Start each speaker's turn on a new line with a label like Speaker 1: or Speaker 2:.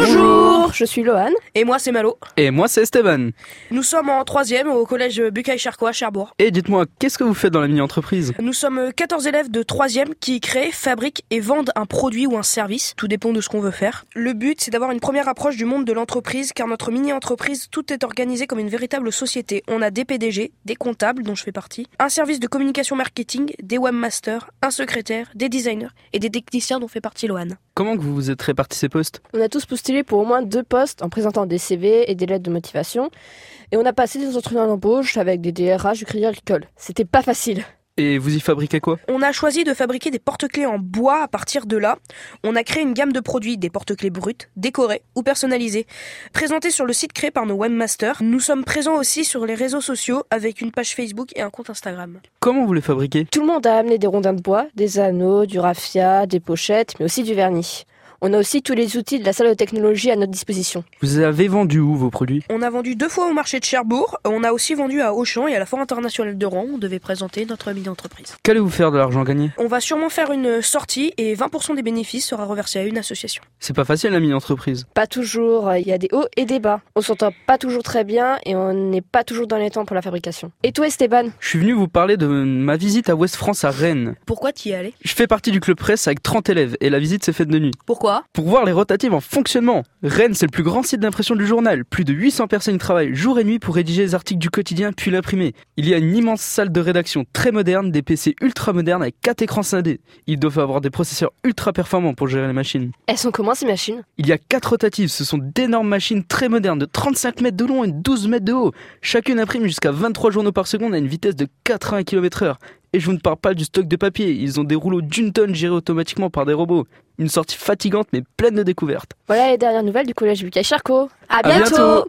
Speaker 1: Bonjour
Speaker 2: Je suis Lohan.
Speaker 1: Et moi c'est Malo.
Speaker 3: Et moi, c'est Esteban.
Speaker 1: Nous sommes en troisième au collège Bucaille-Charcois, Cherbourg.
Speaker 3: Et dites-moi, qu'est-ce que vous faites dans la mini-entreprise
Speaker 1: Nous sommes 14 élèves de 3e qui créent, fabriquent et vendent un produit ou un service. Tout dépend de ce qu'on veut faire. Le but, c'est d'avoir une première approche du monde de l'entreprise, car notre mini-entreprise, tout est organisé comme une véritable société. On a des PDG, des comptables, dont je fais partie, un service de communication marketing, des webmasters, un secrétaire, des designers et des techniciens dont fait partie Lohan.
Speaker 3: Comment que vous vous êtes répartis ces postes
Speaker 2: On a tous postulé pour au moins deux postes en présentant des CV et des lettres de motivation. Et on a passé des entretiens d'embauche avec des DRH du Crédit Agricole. C'était pas facile.
Speaker 3: Et vous y fabriquez quoi
Speaker 1: On a choisi de fabriquer des porte-clés en bois à partir de là. On a créé une gamme de produits, des porte-clés bruts, décorés ou personnalisés, présentés sur le site créé par nos webmasters. Nous sommes présents aussi sur les réseaux sociaux avec une page Facebook et un compte Instagram.
Speaker 3: Comment vous les fabriquez
Speaker 2: Tout le monde a amené des rondins de bois, des anneaux, du raffia, des pochettes, mais aussi du vernis. On a aussi tous les outils de la salle de technologie à notre disposition.
Speaker 3: Vous avez vendu où vos produits
Speaker 1: On a vendu deux fois au marché de Cherbourg. On a aussi vendu à Auchan et à la Foire internationale de Rouen. où On devait présenter notre mini-entreprise.
Speaker 3: Qu'allez-vous faire de l'argent gagné
Speaker 1: On va sûrement faire une sortie et 20% des bénéfices sera reversé à une association.
Speaker 3: C'est pas facile la mini-entreprise.
Speaker 2: Pas toujours, euh, il y a des hauts et des bas. On s'entend pas toujours très bien et on n'est pas toujours dans les temps pour la fabrication. Et toi Esteban
Speaker 3: Je suis venu vous parler de ma visite à West France à Rennes.
Speaker 1: Pourquoi t'y es allé
Speaker 3: Je fais partie du club presse avec 30 élèves et la visite s'est faite de nuit.
Speaker 1: Pourquoi
Speaker 3: Pour voir les rotatives en fonctionnement, Rennes c'est le plus grand site d'impression du journal. Plus de 800 personnes y travaillent jour et nuit pour rédiger les articles du quotidien puis l'imprimer. Il y a une immense salle de rédaction très moderne, des PC ultra modernes avec 4 écrans scindés. Ils doivent avoir des processeurs ultra performants pour gérer les machines.
Speaker 2: Elles sont comment ces machines
Speaker 3: Il y a 4 rotatives, ce sont d'énormes machines très modernes de 35 mètres de long et 12 mètres de haut. Chacune imprime jusqu'à 23 journaux par seconde à une vitesse de 80 km heure. Et je vous ne parle pas du stock de papier, ils ont des rouleaux d'une tonne gérés automatiquement par des robots. Une sortie fatigante mais pleine de découvertes.
Speaker 2: Voilà les dernières nouvelles du collège Lucas Charcot.
Speaker 3: À bientôt